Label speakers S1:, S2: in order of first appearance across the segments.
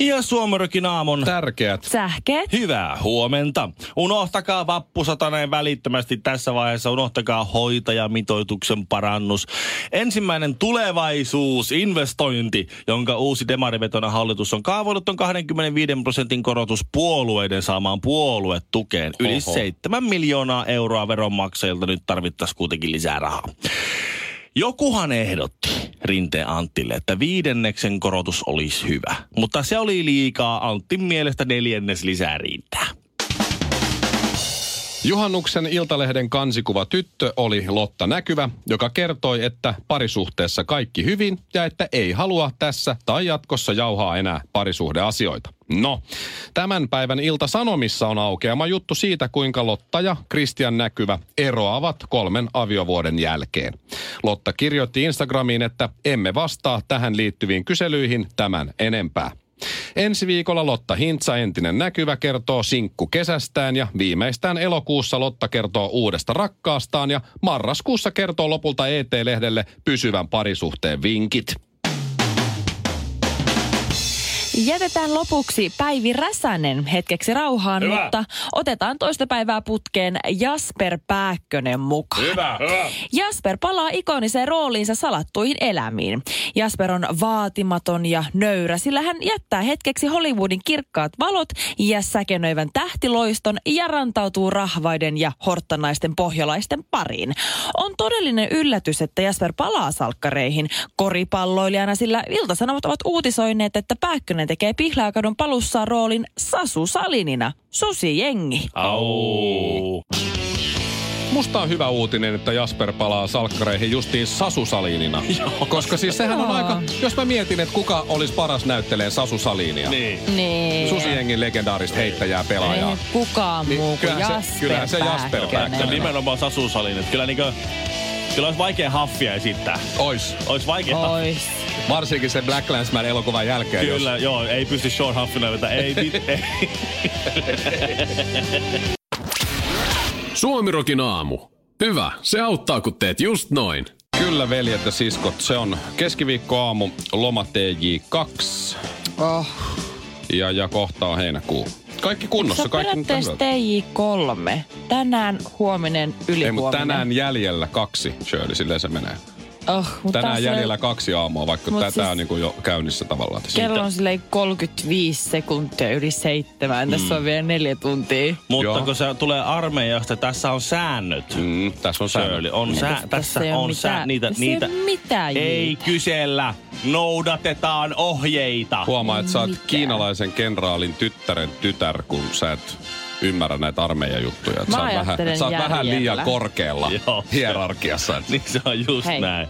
S1: Ja Suomarokin aamun
S2: Tärkeät.
S3: Sähkeet.
S1: Hyvää huomenta. Unohtakaa vappusataneen välittömästi tässä vaiheessa. Unohtakaa hoitajamitoituksen parannus. Ensimmäinen tulevaisuusinvestointi, jonka uusi demarivetona hallitus on kaavoillut, on 25 prosentin korotus puolueiden saamaan puoluetukeen. Yli
S2: Oho.
S1: 7 miljoonaa euroa veronmaksajilta nyt tarvittaisiin kuitenkin lisää rahaa. Jokuhan ehdotti Rinteen Antille, että viidenneksen korotus olisi hyvä. Mutta se oli liikaa. Antin mielestä neljännes lisää riittää.
S2: Juhannuksen Iltalehden kansikuva tyttö oli Lotta Näkyvä, joka kertoi, että parisuhteessa kaikki hyvin ja että ei halua tässä tai jatkossa jauhaa enää parisuhdeasioita. No, tämän päivän Ilta-Sanomissa on aukeama juttu siitä, kuinka Lotta ja Kristian Näkyvä eroavat kolmen aviovuoden jälkeen. Lotta kirjoitti Instagramiin, että emme vastaa tähän liittyviin kyselyihin tämän enempää. Ensi viikolla Lotta Hintsa, entinen näkyvä, kertoo sinkku kesästään ja viimeistään elokuussa Lotta kertoo uudesta rakkaastaan ja marraskuussa kertoo lopulta ET-lehdelle pysyvän parisuhteen vinkit.
S3: Jätetään lopuksi Päivi Räsänen hetkeksi rauhaan,
S1: Hyvä.
S3: mutta otetaan toista päivää putkeen Jasper Pääkkönen mukaan.
S1: Hyvä.
S3: Jasper palaa ikoniseen rooliinsa salattuihin elämiin. Jasper on vaatimaton ja nöyrä, sillä hän jättää hetkeksi Hollywoodin kirkkaat valot ja säkenöivän tähtiloiston ja rantautuu rahvaiden ja horttanaisten pohjalaisten pariin. On todellinen yllätys, että Jasper palaa salkkareihin koripalloilijana, sillä Iltasanomat ovat uutisoineet, että Pääkkönen tekee Pihlaakadun palussa roolin Sasu Salinina, susijengi. Niin.
S1: Au.
S2: Musta on hyvä uutinen, että Jasper palaa salkkareihin justiin Sasu Salinina. Koska siis sehän on
S3: Joo.
S2: aika, jos mä mietin, että kuka olisi paras näyttelee Sasu Salinia.
S1: Niin.
S3: Niin.
S2: Susiengin legendaarista heittäjää pelaajaa.
S3: Ei kukaan
S2: Niin,
S3: muu kuin
S2: kyllähän se-
S3: Jasper
S2: kyllähän se Jasper Niin
S3: Pääkkönen.
S1: Se on nimenomaan Sasu Salin. että Kyllä, niinkö, kyllä olisi vaikea haffia esittää.
S2: Ois.
S1: Olisi vaikea haffia.
S3: Ois.
S2: Varsinkin sen Black Landsman elokuvan jälkeen. jos-
S1: Kyllä, joo, ei pysty Sean Huffina vetämään. Ei, mit- ei.
S4: Suomirokin aamu. Hyvä, se auttaa kun teet just noin.
S2: Kyllä veljet ja siskot, se on keskiviikkoaamu, loma TJ2
S3: Oh.
S2: ja, ja kohta on heinäkuu. Kaikki kunnossa,
S3: Sä
S2: kaikki nyt
S3: periaatteessa TJ3. Tänään, huominen, yli
S2: Ei, mutta tänään jäljellä kaksi, Shirley, silleen se menee.
S3: oh, mut taas
S2: Tänään
S3: se-
S2: jäljellä kaksi aamua, vaikka
S3: Mut
S2: tätä
S3: siis-
S2: on niinku jo käynnissä tavallaan tässä.
S3: Kello on silleen 35 sekuntia yli seitsemän.
S2: Mm.
S3: Tässä on vielä neljä tuntia.
S1: Mutta
S2: Joo.
S1: kun se tulee armeijasta, tässä on säännöt.
S2: Mm, tässä on
S1: Shirley,
S2: säännöt.
S1: on sää, tässä
S3: ei oo
S1: on sää,
S3: mitään-
S1: niitä,
S3: tässä ei
S1: niitä.
S3: oo mitään,
S1: Ei
S3: Jiik.
S1: kysellä, noudatetaan ohjeita.
S2: Huomaa, että sä oot kiinalaisen kenraalin tyttären tytär, kun sä et ymmärrä näitä armeijajuttuja. Et
S3: Mä
S2: Sä oot, vähän,
S3: ajattelen
S2: sä oot vähän
S3: jäljellä.
S2: liian korkealla
S1: Joo.
S2: hierarkiassa. Et.
S1: Niin se on just
S3: Hei.
S1: näin.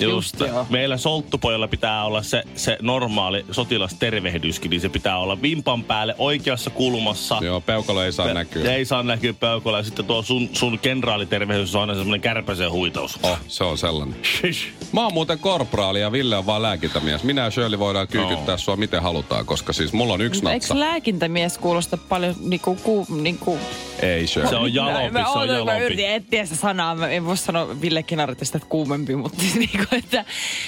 S1: Just,
S3: Just joo.
S1: Meillä solttupojalla pitää olla se, se normaali sotilastervehdyskin, niin se pitää olla vimpan päälle oikeassa kulmassa.
S2: Joo, peukalo ei saa
S1: Pe-
S2: näkyä.
S1: Ei saa näkyä peukolla. Ja sitten tuo sun, sun kenraalitervehdys on aina semmoinen kärpäsen huitaus.
S2: Oh, se on sellainen.
S1: Shish.
S2: Mä oon muuten korpraali ja Ville on vaan lääkintämies. Minä ja Shirley voidaan kyykyttää
S1: No.
S2: sua miten halutaan, koska siis mulla on yksi
S3: Mut Eikö
S2: natsa.
S3: lääkintämies kuulosta paljon niinku, ku, niinku
S2: Ei
S1: Se
S2: Shirley.
S1: on
S3: mä,
S1: jalompi,
S3: mä,
S1: se on
S3: ootan, mä
S1: jalompi.
S3: yritin etsiä sitä sanaa. Mä en voi sanoa Ville Kinaritista, että kuumempi, mutta siis niinku, että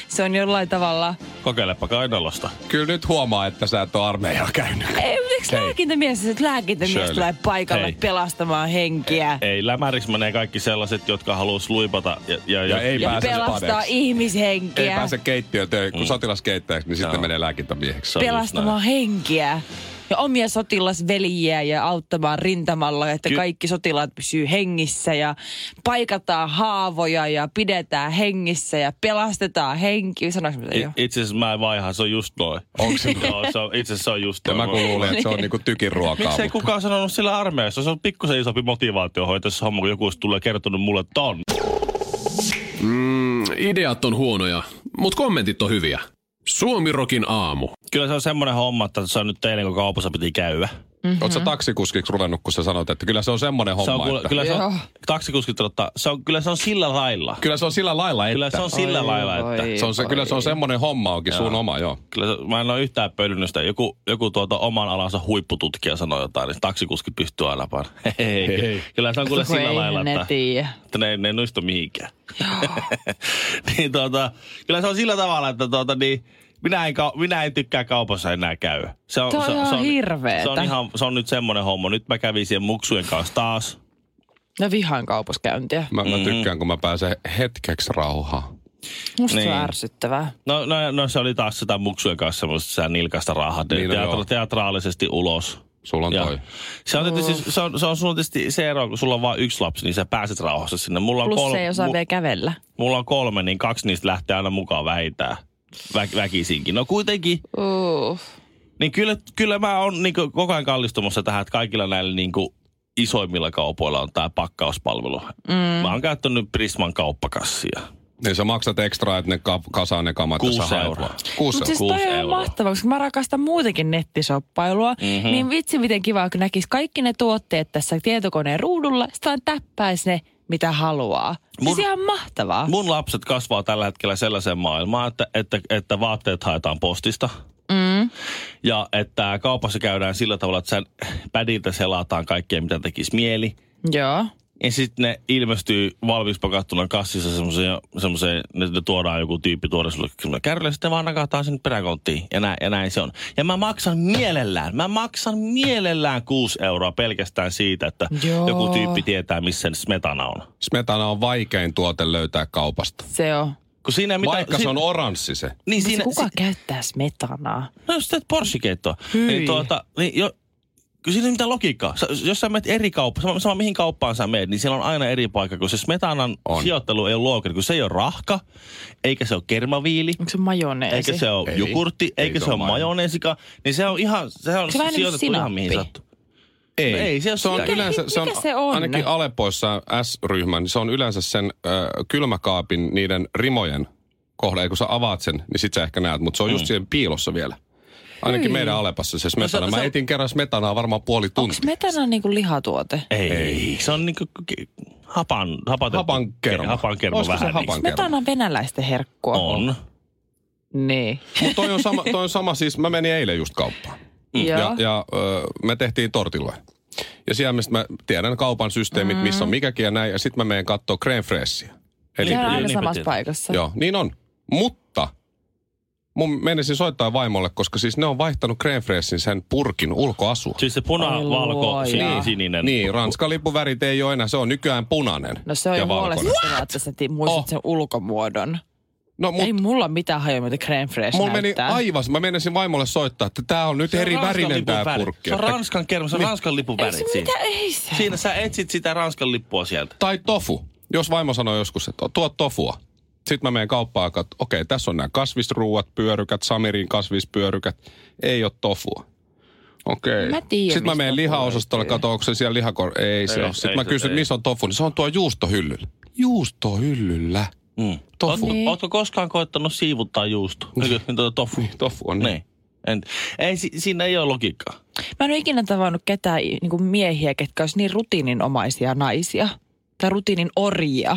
S3: se on jollain tavalla...
S1: Kokeilepa kainalosta.
S2: Kyllä nyt huomaa, että sä et ole armeijaa käynyt.
S3: Ei, mutta eikö
S2: Hei.
S3: lääkintämies, että lääkintämies
S2: Shirley.
S3: tulee paikalle
S1: Hei.
S3: pelastamaan henkiä?
S1: Ei, lämäriksi menee kaikki sellaiset, jotka haluaisi luipata. Ja, ja,
S2: Ja ei
S3: ja
S2: pääse
S3: pelastaa
S2: padeksi. Ei
S3: ihmishenkiä,
S2: pääse keittiötöihin, kun sotilaskeittäjäksi, niin sitten
S1: Mm. Joo.
S2: menee lääkintämieheksi.
S1: Se on just
S3: pelastamaan henkiä ja omia sotilasveljiä ja auttamaan rintamalla, että
S1: Ky-
S3: kaikki sotilaat pysyy hengissä ja paikataan haavoja ja pidetään hengissä ja pelastetaan henki. Sanoinko mitä jo?
S1: näin. I- Itse asiassa mä en vaihaa, se on just noin.
S2: Onko se?
S1: Joo, se on, itse asiassa se on just
S2: Oh. Ja
S1: noin.
S2: mä kun luulen, että se on niinku tykin ruokaa.
S1: Miksei
S2: mutta-
S1: kukaan sanonut sillä armeijassa? Se on pikkusen isompi motivaatiohoito tässä homma, kun joku olisi tullut ja kertonut mulle, että on.
S4: Ideat on huonoja, mut kommentit on hyviä. Suomirokin aamu.
S1: Kyllä se on semmoinen homma, että se on nyt eilen, kun kaupassa piti käydä.
S2: Mm-hmm. Oletko taksikuskiksi ruvennut, kun sä sanoit, että kyllä se on semmoinen homma,
S1: Se on, kuule-
S2: että,
S1: kyllä, se
S3: Joo.
S1: on, taksikuskit ottaa, se on, kyllä se on sillä lailla.
S2: kyllä se on sillä lailla, että.
S1: Kyllä se on sillä
S3: Oi,
S1: lailla, että...
S3: voi.
S2: se on se, kyllä se on semmoinen homma onkin, sun oma, joo.
S1: Kyllä se, mä en ole yhtään pölynyt sitä. Joku, joku tuota oman alansa huippututkija sanoi jotain, niin taksikuski pystyy aina vaan. Hei, hei, hei. Kyllä se on kuule
S3: Kun
S1: sillä
S3: ei
S1: lailla,
S3: ne
S1: että,
S3: tiedä.
S1: että ne, ne ei nuistu mihinkään. niin tuota, kyllä se on sillä tavalla, että tuota, niin, minä, en, kau- minä en tykkää kaupassa enää käy. Se on,
S3: Toi on ihan hirveetä.
S1: Se on, ihan, se on nyt semmoinen homma. Nyt mä kävin siihen muksujen kanssa taas.
S3: No vihaan kaupaskäyntiä.
S2: Mä,
S1: Mm-hmm.
S2: mä tykkään, kun mä pääsen hetkeksi rauhaan.
S3: Musta niin. se on
S1: Niin.
S3: ärsyttävää.
S1: No, no, no se oli taas sitä muksujen kanssa semmoista sitä nilkasta rahaa.
S2: Niin,
S1: Niin,
S2: no joo.
S1: teatra- teatraalisesti ulos.
S2: Sulla on
S1: Ja
S2: toi.
S1: Se on, tietysti, se, on, se on sulla tietysti se ero, kun sulla on vain yksi lapsi, niin sä pääset rauhassa sinne. Mulla on,
S3: Plus
S1: kolme,
S3: se ei osaa
S1: mu-
S3: vielä kävellä.
S1: mulla on kolme, niin kaksi niistä lähtee aina mukaan vähintään. Vä, väkisinkin. No kuitenkin,
S3: Uh.
S1: niin kyllä, kyllä mä oon niin koko ajan kallistumassa tähän, että kaikilla näillä niin kuin isoimmilla kaupoilla on tämä pakkauspalvelu. Mm. Mä oon käyttänyt Prisman kauppakassia.
S2: Niin sä maksat ekstraa, että ne ka- kasaa ne kamat, ja
S1: Kuusi
S2: sä haet
S1: euroa.
S2: vaan. Kuusi
S3: Mutta
S2: euroa. Mhm.
S3: siis toi
S1: kuusi
S3: on
S1: euroa.
S3: mahtavaa, koska mä rakastan muutenkin nettisoppailua. Mm-hmm. Niin vitsi miten kivaa, kun näkisi kaikki ne tuotteet tässä tietokoneen ruudulla. Sitten vaan täppäisi ne, mitä haluaa. Mun...
S1: Mun-
S3: Siis ihan mahtavaa.
S1: Mun lapset kasvaa tällä hetkellä sellaiseen maailmaan, että, että, että vaatteet haetaan postista.
S3: Mm.
S1: Ja että kaupassa käydään sillä tavalla, että sen pädiltä selataan kaikkea, mitä tekisi mieli.
S3: Joo.
S1: Ja sitten ne ilmestyy valmiiksi pakattuna kassissa semmoiseen, semmoiseen, ne, ne tuodaan joku tyyppi tuoda sulle semmoinen kärrylle, sitten vaan nakataan sen peräkonttiin. Ja näin, ja näin se on. Ja mä maksan mielellään, mä maksan mielellään 6 euroa pelkästään siitä, että
S3: Joo.
S1: Joo. joku tyyppi tietää, missä smetana on.
S2: Smetana Siis on vaikein tuote löytää kaupasta.
S3: Se on.
S1: Kun siinä ei mitään-
S2: Vaikka se
S1: siinä-
S2: on oranssi se.
S1: niin
S3: Siinä,
S1: siinä,
S3: kuka si- käyttää smetanaa?
S1: No jos teet porssikeittoa,
S3: Hyi.
S1: niin tuota, niin jo, kyllä siinä ei mitään logiikkaa. Sä, jos sä menet eri kauppaan, sama, sama, mihin kauppaan sä menet, niin siellä on aina eri paikka, kun se smetanan
S2: On.
S1: on. sijoittelu ei ole looginen, kun se ei ole rahka, eikä se ole kermaviili,
S3: Onko se majoneesi?
S1: eikä se ole
S2: Ei.
S1: jukurtti, eikä se ole majoneesika, niin se on ihan, se on
S3: Se vähän niinku
S1: sijoitettu ihan mihin
S3: sinappi.
S1: sattuu. No ei, se on
S2: se on
S1: sitä.
S2: yleensä, se on,
S3: Mikä se on?
S2: Ainakin Alepoissa S-ryhmän, niin se on yleensä sen ö, kylmäkaapin niiden rimojen kohde. Ei, kun sä avaat sen, niin sit sä ehkä näet, mutta se on just mm. siihen piilossa vielä. Ainakin meidän Alepassa se smetana.
S1: No se-
S2: Mä
S1: se-
S2: etin kerran smetanaa varmaan puoli
S3: Onko
S2: tuntia.
S3: smetana niinku lihatuote?
S1: Ei, ei, se on niinku ke- hapan, hapatettu,
S2: Hapankerma.
S1: hapankerma
S2: Olisiko se
S1: vähän. niinku.
S2: hapankerma?
S3: Smetana on venäläisten herkkua.
S1: On.
S3: Niin.
S2: Mutta toi, on sama, toi on sama, siis mä menin eilen just kauppaan.
S3: Joo.
S2: Mm, Ja, ja ö, me tehtiin tortilloja. Ja siellä mistä mä tiedän kaupan
S3: Mm.
S2: systeemit, missä on mikäkin ja näin. Ja sitten mä menen katsoa creme fraichea. Eli
S3: Se on aina
S1: Niinpä
S3: samassa
S1: tietysti.
S3: paikassa.
S2: Joo, niin on. Mutta mun menisin soittaa vaimolle, koska siis ne on vaihtanut creme fraichen sen purkin ulkoasua.
S1: Siis se
S3: Ai
S1: puna, valko,
S3: luoja.
S1: sininen, sininen.
S2: Niin, ranskan lippuvärit ei ole enää, se on nykyään punainen
S3: No se on jo
S2: ja valkoinen.
S3: huolestuttavaa, että sä ti- muistat
S2: Oh.
S3: sen ulkomuodon.
S2: No, mut,
S3: Ei mulla mitään hajoa, mitä creme fresh
S2: mulla meni
S3: näyttää.
S2: aivan, mä menisin vaimolle soittaa, että tää on nyt
S1: Se on
S2: eri
S1: Ranskan
S2: värinen
S1: lipun
S2: tää
S1: väri.
S2: purkki.
S1: Se on
S2: Että-
S1: Ranskan kerma, se on Ranskan lipun
S3: Ei se
S1: värit siinä.
S3: mitä, ei se.
S1: Äh. Siinä sä etsit sitä Ranskan lippua sieltä.
S2: tai tofu. Jos vaimo sanoo joskus, että tuo tofua. Sitten mä menen kauppaan ja katson, okei, tässä on nämä kasvisruuat, pyörykät, Samirin kasvispyörykät. Ei ole tofua. Okei.
S3: Mä tiedän,
S2: Sitten mä
S3: mistä
S2: menen
S3: tofua
S2: lihaosastolle,
S3: löytyy.
S2: katso, onko se siellä lihakor... Ei, ei se
S1: Ei,
S2: ole. Sitten
S1: ei
S2: mä
S1: se-
S2: kysyn,
S1: ei.
S2: missä on tofu, niin se on tuo juustohyllyllä. Juustohyllyllä.
S1: Mm.
S2: Tofu.
S1: Oot, ootko koskaan koettanut siivuttaa juusto? Tuota tofu.
S2: Niin, tofu on niin.
S1: Niin. En, ei, si, siinä ei ole logiikkaa.
S3: Mä en ole ikinä tavannut ketään niin kuin miehiä, ketkä olisi niin rutiininomaisia naisia. Tai rutiinin orjia.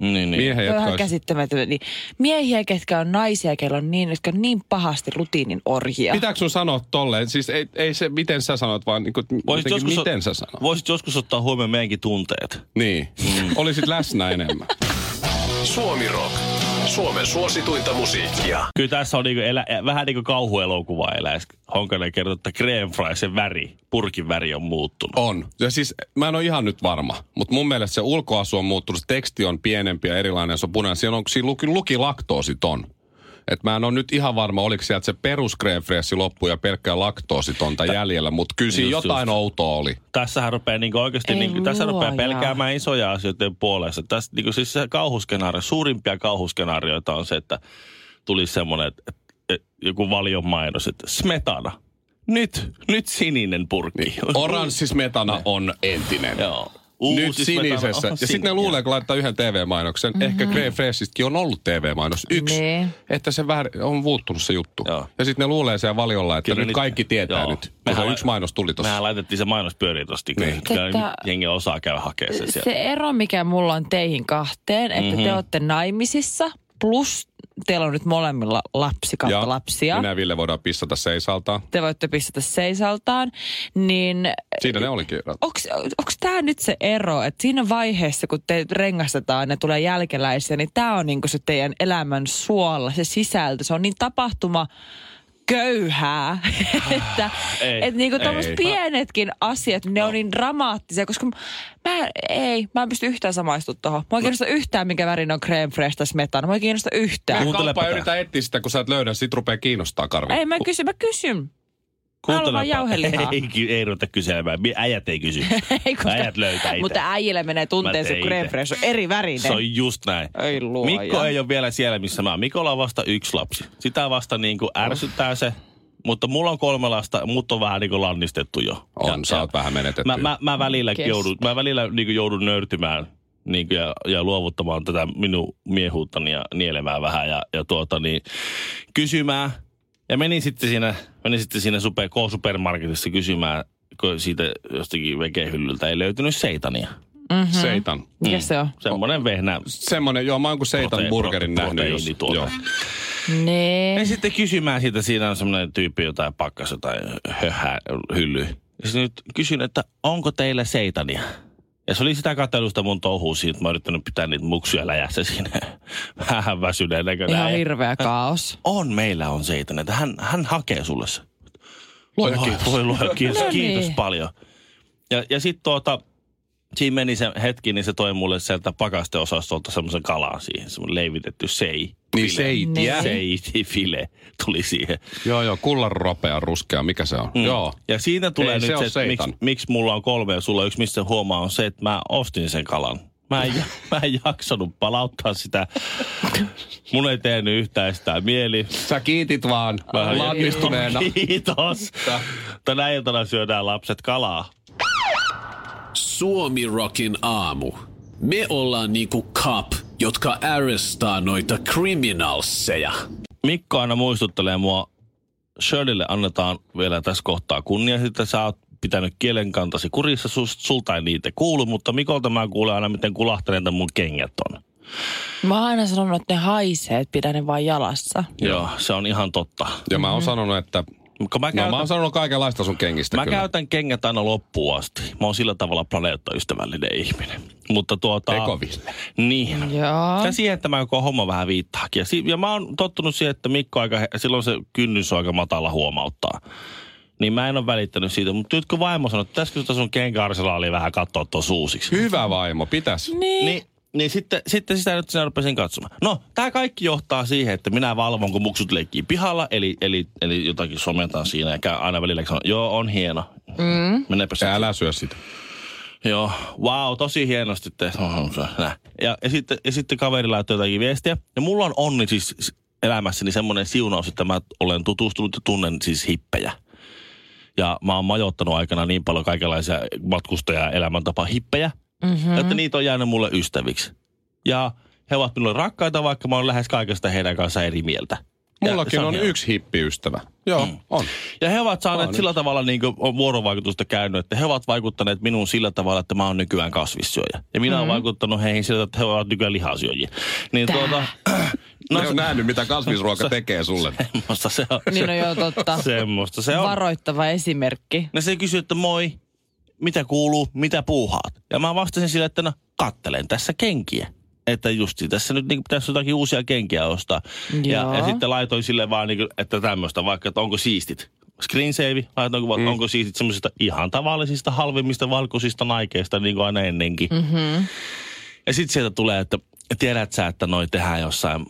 S1: Niin, niin.
S2: Miehen,
S3: Se on
S2: jotka
S3: vähän
S2: olisi...
S3: käsittämätöntä. Niin miehiä, ketkä on naisia, kello on niin, jotka on niin pahasti rutiinin orjia.
S2: Pitääkö sun sanoa tolleen? Siis ei, ei se, miten sä sanot, vaan niin kuin,
S1: Voisit
S2: jotenkin,
S1: joskus,
S2: miten sä sanot.
S1: voisit joskus ottaa huomioon meidänkin tunteet.
S2: Niin. Olisit läsnä enemmän.
S4: Suomi Rock. Suomen suosituinta musiikkia.
S1: Kyllä tässä on niinku elä, eh, vähän niin kuin kauhuelokuva eläis. Honkanen kertoo, että creme fry, sen väri, purkin väri on muuttunut.
S2: On. Ja siis mä en ole ihan nyt varma, mutta mun mielestä se ulkoasu on muuttunut, se teksti on pienempi ja erilainen, se on punainen. Siinä, on, siinä luki, luki laktoositon. Et mä en ole nyt ihan varma, oliko sieltä se perus creme fraiche loppu ja pelkkää laktoositonta jäljellä, mutta kyllä siinä
S1: Just,
S2: jotain outoa oli.
S1: Tässähän rupeaa niinku oikeasti,
S3: Ei
S1: niinku, tässä
S3: luoja.
S1: rupeaa pelkäämään isoja asioita puolesta. Tässä niinku, siis se kauhuskenaario, suurimpia kauhuskenaarioita on se, että tulisi semmoinen, että, että joku valion mainos, että smetana. Nyt, nyt sininen purkki.
S2: Oranssis metana on entinen.
S1: Joo. Oh, Uusi
S2: Niin. Nyt sinisessä. Ja sitten ne luulee, kun laittaa yhden TV-mainoksen, mm-hmm.
S1: Mhm.
S2: ehkä Grey Freshistkin on ollut TV-mainos yksi,
S3: Nee.
S2: että se vähän on muuttunut se juttu.
S1: Joo.
S2: Ja sitten ne luulee siellä valiolla, että
S1: Kyllä
S2: nyt
S1: nyt-
S2: kaikki tietää
S1: joo.
S2: nyt, kun
S1: Mehän
S2: se
S1: la-
S2: yksi mainos tuli
S1: Mehän
S2: tuossa.
S1: laitettiin se mainos pyöriin tosta. Niin.
S2: Niin.
S3: Tota-
S1: Jengi osaa käydä hakemaan sen sieltä.
S3: Se ero, mikä mulla on teihin kahteen, että mm-hmm. te olette naimisissa, plus teillä on nyt molemmilla lapsi kautta lapsia.
S2: minä ja Ville voidaan pissata seisaltaan.
S3: Te voitte pistää seisaltaan, niin
S2: Siinä ne olikin.
S3: onko tämä nyt se ero, että siinä vaiheessa, kun te rengastetaan ja tulee jälkeläisiä, niin tämä on niinku se teidän elämän suola, se sisältö. Se on niin tapahtuma köyhää, että
S1: Ei,
S3: et niinku
S1: ei. No.
S3: tommoset pienetkin asiat, ne on niin dramaattisia, koska mä ei, mä en pysty yhtään samaistumaan tuohon.
S1: No.
S3: Mua ei kiinnosta yhtään, minkä värin on creme fresh tässä metana. Mua ei kiinnosta yhtään.
S1: Kuuntelepa
S2: Kuuntelepa
S1: tää.
S2: yritä etsiä sitä, kun sä et löydä, sit rupeaa kiinnostaa
S1: No.
S2: karvi.
S3: Ei, mä kysyn, mä kysyn.
S1: Kuuntelepa.
S3: Haluan jauhelihaa.
S1: Ei, ky- ei ruveta kyselemään. Mi- Äijät ei kysy.
S3: Ei, koska-
S1: Äijät löytää itse.
S3: Mutta äijille menee tunteeseen,
S1: teen
S3: kun creme
S1: itse.
S3: fresh on eri värinen.
S1: Se on just näin.
S3: Ei luoja.
S1: Mikko ei ole vielä siellä, missä mä oon. Mikolla on vasta yksi lapsi. Sitä vasta niin kuin ärsyttää se. Mutta mulla on kolme lasta, mut on vähän niin kuin lannistettu jo.
S2: On, sä oot vähän menetetty.
S1: Mä, mä, mä välillä,
S3: Kestä.
S1: joudun, mä välillä niin kuin joudun nöyrtymään niin kuin ja, ja, luovuttamaan tätä minun miehuuttani ja nielemään vähän ja, ja tuota, niin, kysymään. Ja menin sitten siinä, menin sitten siinä super, K-supermarketissa kysymään kun siitä jostakin vekehyllyltä. Ei löytynyt seitania.
S2: Mm-hmm. Seitan.
S3: Mikä se
S1: Mm.
S3: on?
S1: Semmoinen vehnä
S2: Semmonen, joo, mä oon kuin seitan
S1: Mm-hmm. Prote-
S2: burgerin
S1: prote-
S2: nähnyt. jos-
S1: proteiinituote.
S2: joo. Niin
S3: Nee.
S1: Ja sitten kysymään siitä, siinä on semmoinen tyyppi jotain pakkas jotain höhää hylly. Ja sitten nyt kysyn, että onko teillä seitania? Ja se oli sitä katselusta mun touhuu siitä, että mä oon yrittänyt pitää niitä muksuja läjässä siinä vähän väsyneen näköinen.
S3: Ihan
S1: äijä.
S3: hirveä kaos.
S1: On, meillä on seitania. että Hän, hän hakee sulle se.
S2: Luoja
S1: Voi,
S2: kiitos.
S1: Voi luoja kiitos,
S3: No niin.
S1: kiitos paljon. Ja, ja sitten tuota, siinä meni se hetki, niin se toi mulle sieltä pakasteosastolta semmoisen kalan siihen, semmoinen leivitetty sei.
S2: Niin seitiä.
S3: Niin.
S1: Seiti-file tuli siihen.
S2: Joo, joo, kullan ropea ruskea, mikä se
S1: Mm.
S2: on? Joo.
S1: Ja siitä tulee
S2: Ei
S1: nyt
S2: se
S1: se,
S2: ole
S1: että
S2: seitan.
S1: miksi, miksi mulla on kolme ja sulla on yksi, mistä huomaa, on se, että mä ostin sen kalan. Mä en, ja- mä en jaksanut palauttaa sitä. Mun ei tehnyt yhtään sitä mieli.
S2: Sä kiitit vaan
S1: Vähän
S2: lannistuneena.
S1: Kiitos. Tänä iltana syödään lapset kalaa.
S4: Suomi Rockin aamu. Me ollaan niinku cop, jotka arrestaa noita criminalseja.
S1: Mikko aina muistuttelee mua. Shirleylle annetaan vielä tässä kohtaa kunnia. Sitten sä oot pitänyt kielenkantasi kurissa, sus, sulta ei niitä kuulu, mutta Mikolta mä kuulen aina, miten kulahteleita mun kengät on.
S3: Mä oon aina sanonut, että ne haisee, että pidä ne vaan jalassa.
S1: Joo, se on ihan totta.
S2: Ja mä oon sanonut, että...
S1: Kun mä
S2: No
S1: käytän,
S2: mä oon sanonut kaikenlaista sun kengistä
S1: mä
S2: kyllä.
S1: käytän kengät aina loppuun asti. Mä oon sillä tavalla planeettaystävällinen ihminen. Mutta tuota...
S2: Eikö, Ville?
S1: Niin.
S3: Joo.
S1: Ja siihen, että mä koko homma vähän viittaakin. Ja, si- ja mä oon tottunut siihen, että Mikko aika, silloin se kynnys on aika matala huomauttaa. Niin mä en ole välittänyt siitä, mutta nyt kun vaimo sanoi, että pitäisikö sitä sun kenkäarsenaalia vähän katsoa tuossa uusiksi.
S2: Hyvä vaimo, pitäs.
S3: Niin.
S1: Niin, niin sitten, sitten sitä nyt sinä rupesin katsomaan. No, tämä kaikki johtaa siihen, että minä valvon, kun muksut leikkii pihalla, eli, eli, eli jotakin sometan siinä ja käy aina välillä sanon, joo, on hieno. Mm. Menepä se.
S2: Älä syö sitä.
S1: Joo, wow, tosi hienosti te. Nää. Ja, ja, sitten, ja sitten kaveri laittoi jotakin viestiä. Ja mulla on onni siis elämässäni semmoinen siunaus, että mä olen tutustunut ja tunnen siis hippejä. Ja mä oon majoittanut aikana niin paljon kaikenlaisia matkustaja elämäntapa hippejä, mm-hmm. että niitä on jäänyt mulle ystäviksi. Ja he ovat minulle rakkaita, vaikka mä oon lähes kaikesta heidän kanssaan eri mieltä. Ja se Niin.
S2: Mullakin on
S1: hienoa.
S2: yksi hippiystävä. Joo, on.
S1: Ja he ovat saaneet
S2: Vaan
S1: sillä tavalla niin kuin vuorovaikutusta käynyt, että he ovat vaikuttaneet minuun sillä tavalla, että mä oon nykyään kasvissyöjä. Ja minä mm-hmm. olen vaikuttanut heihin sillä, että he ovat nykyään lihasyöjiä. Niin Tää. tuota,
S2: No,
S1: no
S2: ne on nähnyt, mitä kasvisruoka tekee sulle.
S1: semmoista se on.
S3: Niin no joo, totta.
S1: Semmoista se on.
S3: Varoittava esimerkki.
S1: No se kysyi, että moi, mitä kuuluu, mitä puuhaat? Ja mä vastasin sillä, että no kattelen tässä kenkiä. Että justi tässä nyt niin pitäisi jotakin uusia kenkiä ostaa. Ja,
S3: Joo.
S1: ja, sitten laitoin sille vaan, niin kuin, että tämmöistä, vaikka, että onko siistit. Screensave, laitoin, mm. onko siistit semmoisista ihan tavallisista, halvimmista, valkoisista naikeista, niin kuin aina ennenkin. Mm-hmm. Ja sitten sieltä tulee, että tiedät sä, että noi tehdään jossain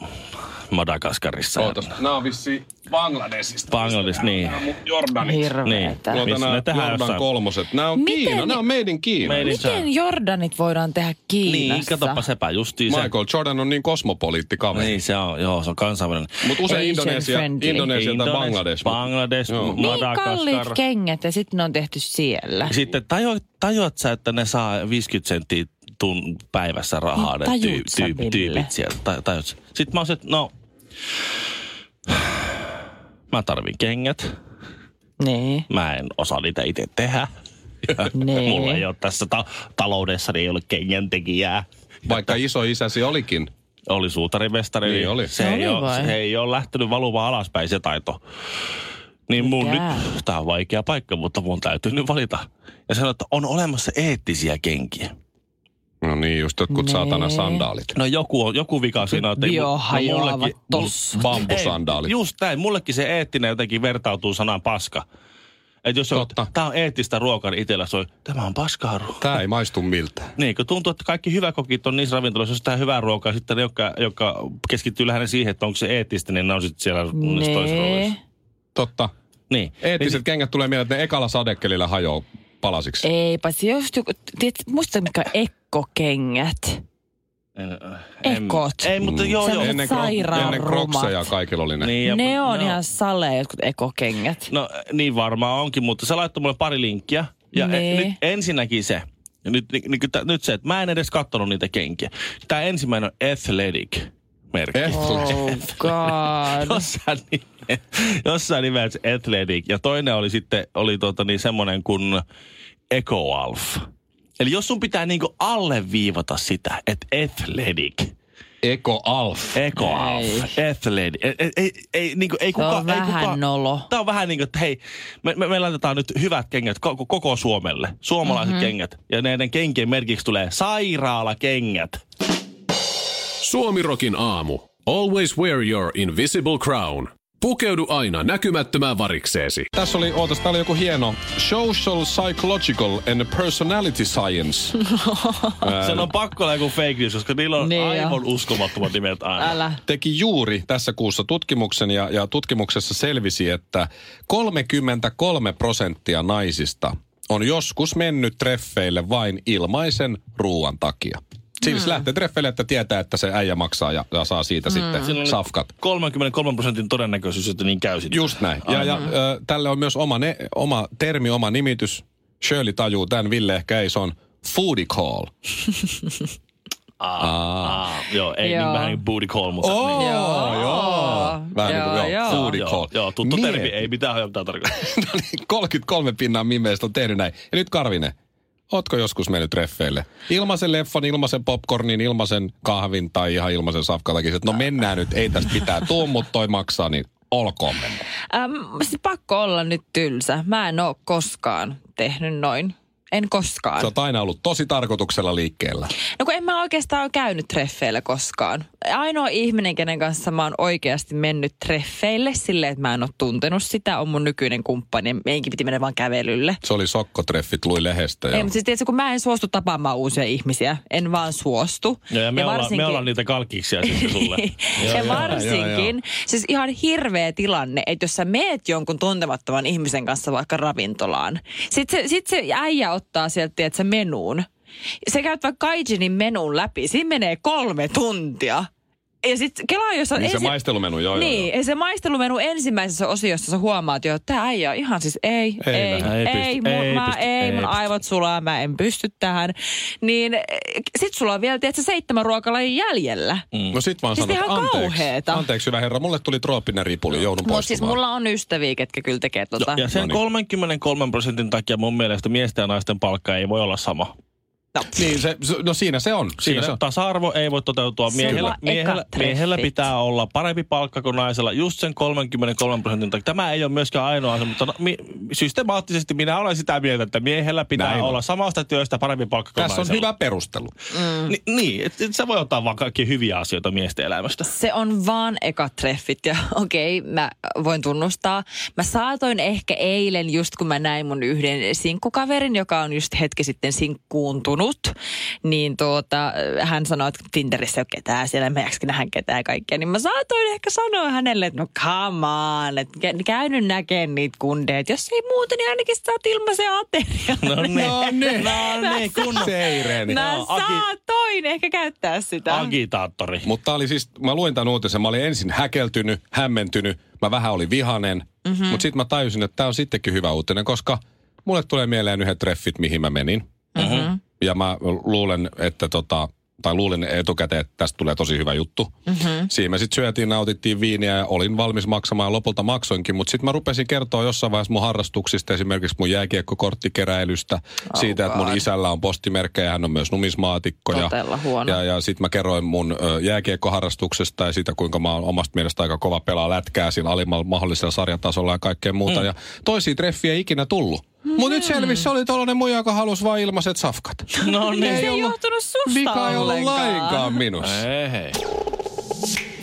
S1: Madagaskarissa.
S2: Ootas. Nämä on vissiin Bangladesista.
S1: Bangladesh, niin.
S2: Nämä on Jordanit.
S3: Hirveetä.
S2: No,
S1: Niin. Missä ne
S2: nämä
S1: tehdään
S2: Jordan
S1: jossain? niin,
S2: kolmoset. Nämä on
S3: Miten
S2: Kiina.
S3: ne-
S2: Nämä on made in Kiina.
S1: Made in-
S3: Miten Jordanit voidaan tehdä Kiinassa?
S1: Niin, katoppa sepä justiin se.
S2: Michael Jordan on niin kosmopoliitti kaveri.
S1: Niin, se on, joo, se on kansainvälinen.
S2: Mutta usein
S3: Asian
S2: Indonesia,
S3: friendly.
S2: Indonesia tai Bangladesh. mut-
S1: Bangladesh,
S2: Joo.
S3: Niin
S1: Madagaskar.
S3: kalliit kengät ja sitten ne on tehty siellä.
S1: Sitten tajuat, tajuat sä, että ne saa 50 senttiä tun päivässä rahaa ne
S3: Tajut
S1: tyy,
S3: Niin, sä,
S1: tyy,
S3: Ville?
S1: tyypit sieltä. Ta, tajut sä. Sitten mä oon se, että no, mä tarvin kengät.
S3: Niin.
S1: Mä en osaa niitä itse tehdä.
S3: Nee.
S1: Mulla ei ole tässä ta- taloudessa, niin ei ole kengän tekijää.
S2: Vaikka iso isäsi olikin.
S1: Oli suutarimestari.
S2: Niin oli.
S1: Se, ei
S3: No Oli
S1: ole,
S3: vai?
S1: se ei ole lähtenyt valumaan alaspäin se taito. Niin mun
S3: Mikä?
S1: nyt, tää on vaikea paikka, mutta mun täytyy nyt valita. Ja sanoa, että on olemassa eettisiä kenkiä.
S2: No niin, just jotkut
S3: Nee.
S2: saatana sandaalit.
S1: No joku, on, joku vika siinä on, että... ei mu- no
S3: Biohajoavat
S1: mullekin-
S3: tossut.
S2: Bambusandaalit.
S1: Ei, just näin. Mullekin se eettinen jotenkin vertautuu sanaan paska. Et jos
S2: Totta.
S1: on, tää on eettistä ruokaa, niin itsellä soi, tämä on paskaa ruokaa.
S2: Tää ei maistu miltään.
S1: Niin, kun tuntuu, että kaikki hyväkokit on niissä ravintoloissa, jos tää hyvää ruokaa, sitten ne, jotka, jotka keskittyy lähinnä siihen, että onko se eettistä, niin ne on sitten siellä niissä toisissa
S3: Nee.
S1: rooleissa.
S2: Totta.
S1: Niin.
S2: Eettiset
S1: Niin,
S2: kengät tulee mieleen, että ne ekalla sadekelillä hajoaa palasiksi.
S3: Eipä se just joku, tiedätkö, muista mitkä on ekkokengät?
S1: en- en-
S3: Ekot.
S1: Ei, mutta joo,
S3: Sä
S1: joo.
S3: menet-
S2: ennen, krok-
S3: sairaan
S2: ennen krokseja
S3: rumat.
S2: kaikilla oli ne. Niin.
S1: Niin, ja-
S3: ne on
S1: no.
S3: ihan sale, jotkut ekokengät.
S1: No niin varmaan onkin, mutta se laittoi mulle pari linkkiä. Ja
S3: Nee.
S1: e- nyt ensinnäkin se, nyt, nyt, nyt, nyt se, että mä en edes kattonut niitä kenkiä. Tämä ensimmäinen on Athletic-merkki.
S2: Eh,
S3: Oh god.
S1: Jossain, nime- jossain nimessä Athletic. Ja toinen oli sitten oli tota niin, semmoinen kuin EcoAlf. Eli jos sun pitää niinku alleviivata sitä, että Athletic,
S2: Eko Alf.
S1: EcoAlf, Athletic, ei, ei, ei, ei, niinku, ei
S3: Se
S1: kukaan...
S3: on
S1: ei
S3: vähän
S1: kukaan,
S3: nolo.
S1: Tämä on vähän niin kuin, että hei, me, me, me laitetaan nyt hyvät kengät koko, koko Suomelle. Suomalaiset
S3: Mhm.
S1: mm-hmm. kengät. Ja näiden kenkien merkiksi tulee sairaalakengät.
S4: Suomirokin aamu. Always wear your invisible crown. Pukeudu aina näkymättömään varikseesi.
S2: Tässä oli, ootas, täällä oli joku hieno Social Psychological and Personality Science.
S1: Sen on pakko olla joku fake news, koska niillä on
S3: Niin
S1: niin
S3: jo.
S1: aivan uskomattomat nimet aina.
S3: Älä.
S2: teki juuri tässä kuussa tutkimuksen ja, ja tutkimuksessa selvisi, että 33 prosenttia naisista on joskus mennyt treffeille vain ilmaisen ruoan takia.
S3: Mm.
S2: Siis lähtee treffeille, että tietää, että se äijä maksaa ja, ja saa siitä sitten safkat.
S1: 33 prosentin todennäköisyys, että niin käy sitten.
S2: Just näin. Ja, ja ö, tälle on myös oma, ne, oma termi, oma nimitys. Shirley tajuu tämän, Ville ehkä ei, se on foodie call.
S1: Ah, joo, ei
S3: Joo.
S1: niin vähän niin booty call, mutta...
S2: Oh,
S1: niin.
S2: joo, joo. Vähän niin
S3: Joo,
S2: kuin, joo,
S3: joo.
S2: foodie
S1: joo,
S2: call.
S1: joo, tuttu
S2: Mie-
S1: termi, ei mitään hajottaa tarkoittaa.
S2: No niin, 33 pinnan mimeistä on tehnyt näin. Ja nyt Karvinen, ootko joskus mennyt treffeille? Ilmaisen leffan, ilmaisen popcornin, ilmaisen kahvin tai ihan ilmaisen safkatakin. No mennään nyt, ei tästä pitää tuu, mutta toi maksaa, niin olkoon mennä.
S3: Ähm, se pakko olla nyt tylsä. Mä en oo koskaan tehnyt noin. En koskaan.
S2: Sä oot aina ollut tosi tarkoituksella liikkeellä.
S3: No kun en mä oikeastaan ole käynyt treffeillä koskaan. Ainoa ihminen, kenen kanssa mä oon oikeasti mennyt treffeille silleen, että mä en ole tuntenut sitä, on mun nykyinen kumppani. Meinkin piti mennä vaan kävelylle.
S2: Se oli sokkotreffit, luin lehdestä.
S3: Ei,
S2: Ja...
S3: mutta siis tietysti, kun mä en suostu tapaamaan uusia ihmisiä, en vaan suostu.
S1: Joo, ja me, ollaan, me ollaan niitä kalkiksia sitten sulle.
S3: ja Niin, varsinkin,
S2: joo, joo.
S3: siis ihan hirveä tilanne, että jos sä meet jonkun tuntemattoman ihmisen kanssa vaikka ravintolaan, sit se, sit se äijä ottaa sieltä, että sä menuun. Se käyt vaikka Kaijinin menun läpi, siinä menee kolme tuntia. Ja sit kelaa, jos on
S2: Niin se
S3: ensi-
S2: maistelumenu, joo, joo,
S3: Niin,
S2: joo.
S3: ja se maistelumenu ensimmäisessä osiossa sä huomaat jo, että tämä äijä on ihan siis ei,
S2: Ei
S3: ei, ei,
S2: lähde.
S1: Ei
S3: ei,
S1: pysty,
S3: mun,
S1: ei
S3: mä,
S1: pysty,
S3: ei,
S1: ei
S3: mun
S1: pysty.
S3: aivot sulaa, mä en pysty tähän. Niin eh, sit sulla on vielä, tiedätkö, seitsemän ruokalajia jäljellä.
S2: No sit vaan
S3: Siis
S2: sanot,
S3: ihan
S2: anteeksi,
S3: kauheeta.
S2: anteeksi hyvä herra, mulle tuli trooppinen ripuli, joudun
S3: Mutta siis
S2: poistumaan.
S3: mulla on ystäviä, ketkä kyllä tekee tota.
S1: Ja sen
S2: No niin.
S1: 33 prosentin takia mun mielestä miesten ja naisten palkka ei voi olla sama.
S3: No,
S2: Niin, se, se- no siinä se on. Siinä,
S1: Siinä
S2: se on.
S1: tasa-arvo ei voi toteutua.
S3: Sulla
S1: Miehellä,
S3: ekat
S1: miehellä,
S3: treffit.
S1: miehellä pitää olla parempi palkka kuin naisella just sen 33 prosentin takia. Tämä ei ole myöskään ainoa asia, mutta no, mi, systemaattisesti minä olen sitä mieltä, että miehellä pitää
S2: Näin
S1: Näin
S2: on.
S1: olla samasta työstä parempi palkka kuin
S2: Tässä on
S1: naisella.
S2: hyvä perustelu.
S3: Mm.
S1: on hyvä. Ni, niin, et, et sä voi ottaa vaan kaikki hyviä asioita miesten elämästä.
S3: se on vaan ekat treffit ja okei, okay, mä voin tunnustaa. Mä saatoin ehkä eilen, just kun mä näin mun yhden sinkkukaverin, joka on just hetki sitten sinkkuuntunut, tutkinut, niin tuota, hän sanoi, että Tinderissä ei ole ketään, siellä ei meidäksikin nähdään ketään ja kaikkea. Niin mä saatoin ehkä sanoa hänelle, että no come on, että kä- käy nyt näkemään niitä kundeja. Että jos ei muuta, niin ainakin saat ilmaisen aterian.
S1: No niin.
S2: No niin.
S1: No niin, kunnon
S2: Seireni.
S3: Mä
S1: joo, Aki-
S3: saatoin ehkä käyttää sitä.
S1: agitaattori.
S2: Mutta tää oli siis, mä luin tämän uutisen, mä olin ensin häkeltynyt, hämmentynyt, mä vähän olin vihanen. Mm-hmm. Mutta sitten mä tajusin, että tämä on sittenkin hyvä uutinen, koska mulle tulee mieleen yhdet treffit, mihin mä menin. Mm-hmm. Ja mä luulen, että tota, tai luulin etukäteen, että tästä tulee tosi hyvä juttu. Mm-hmm. Siinä me sitten syötiin, nautittiin viiniä ja olin valmis maksamaan ja lopulta maksoinkin. Mutta sitten mä rupesin kertoa jossain vaiheessa mun harrastuksista, esimerkiksi mun jääkiekkokorttikeräilystä, oh siitä, että mun isällä on postimerkkejä, hän on myös numismaatikko.
S3: Todella
S2: ja,
S3: huono.
S2: ja ja sitten mä kerroin mun ö, jääkiekkoharrastuksesta ja siitä, kuinka mä oon omasta mielestä aika kova pelaa lätkää sillä alimmalla mahdollisella sarjatasolla ja kaikkea muuta. Mm. Ja toisia treffiä ei ikinä tullut. Mm. Mutta nyt selvisi, se oli tollanen muija, joka halusi vain ilmaiset safkat.
S1: No
S3: Niin
S1: niin.
S3: se ei johtunut susta
S2: Vika ei ollut
S3: ollenkaan.
S2: lainkaan minussa.
S1: Ei, hei.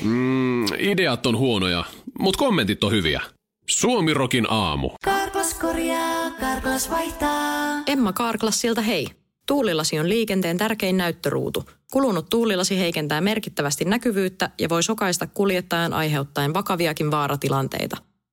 S4: Mm, Ideat on huonoja, mutta kommentit on hyviä. Suomirokin aamu.
S5: Karklas korjaa, Karklas vaihtaa.
S6: Emma Kaarklas siltä hei. Tuulilasi on liikenteen tärkein näyttöruutu. Kulunut tuulilasi heikentää merkittävästi näkyvyyttä ja voi sokaista kuljettajan aiheuttaen vakaviakin vaaratilanteita.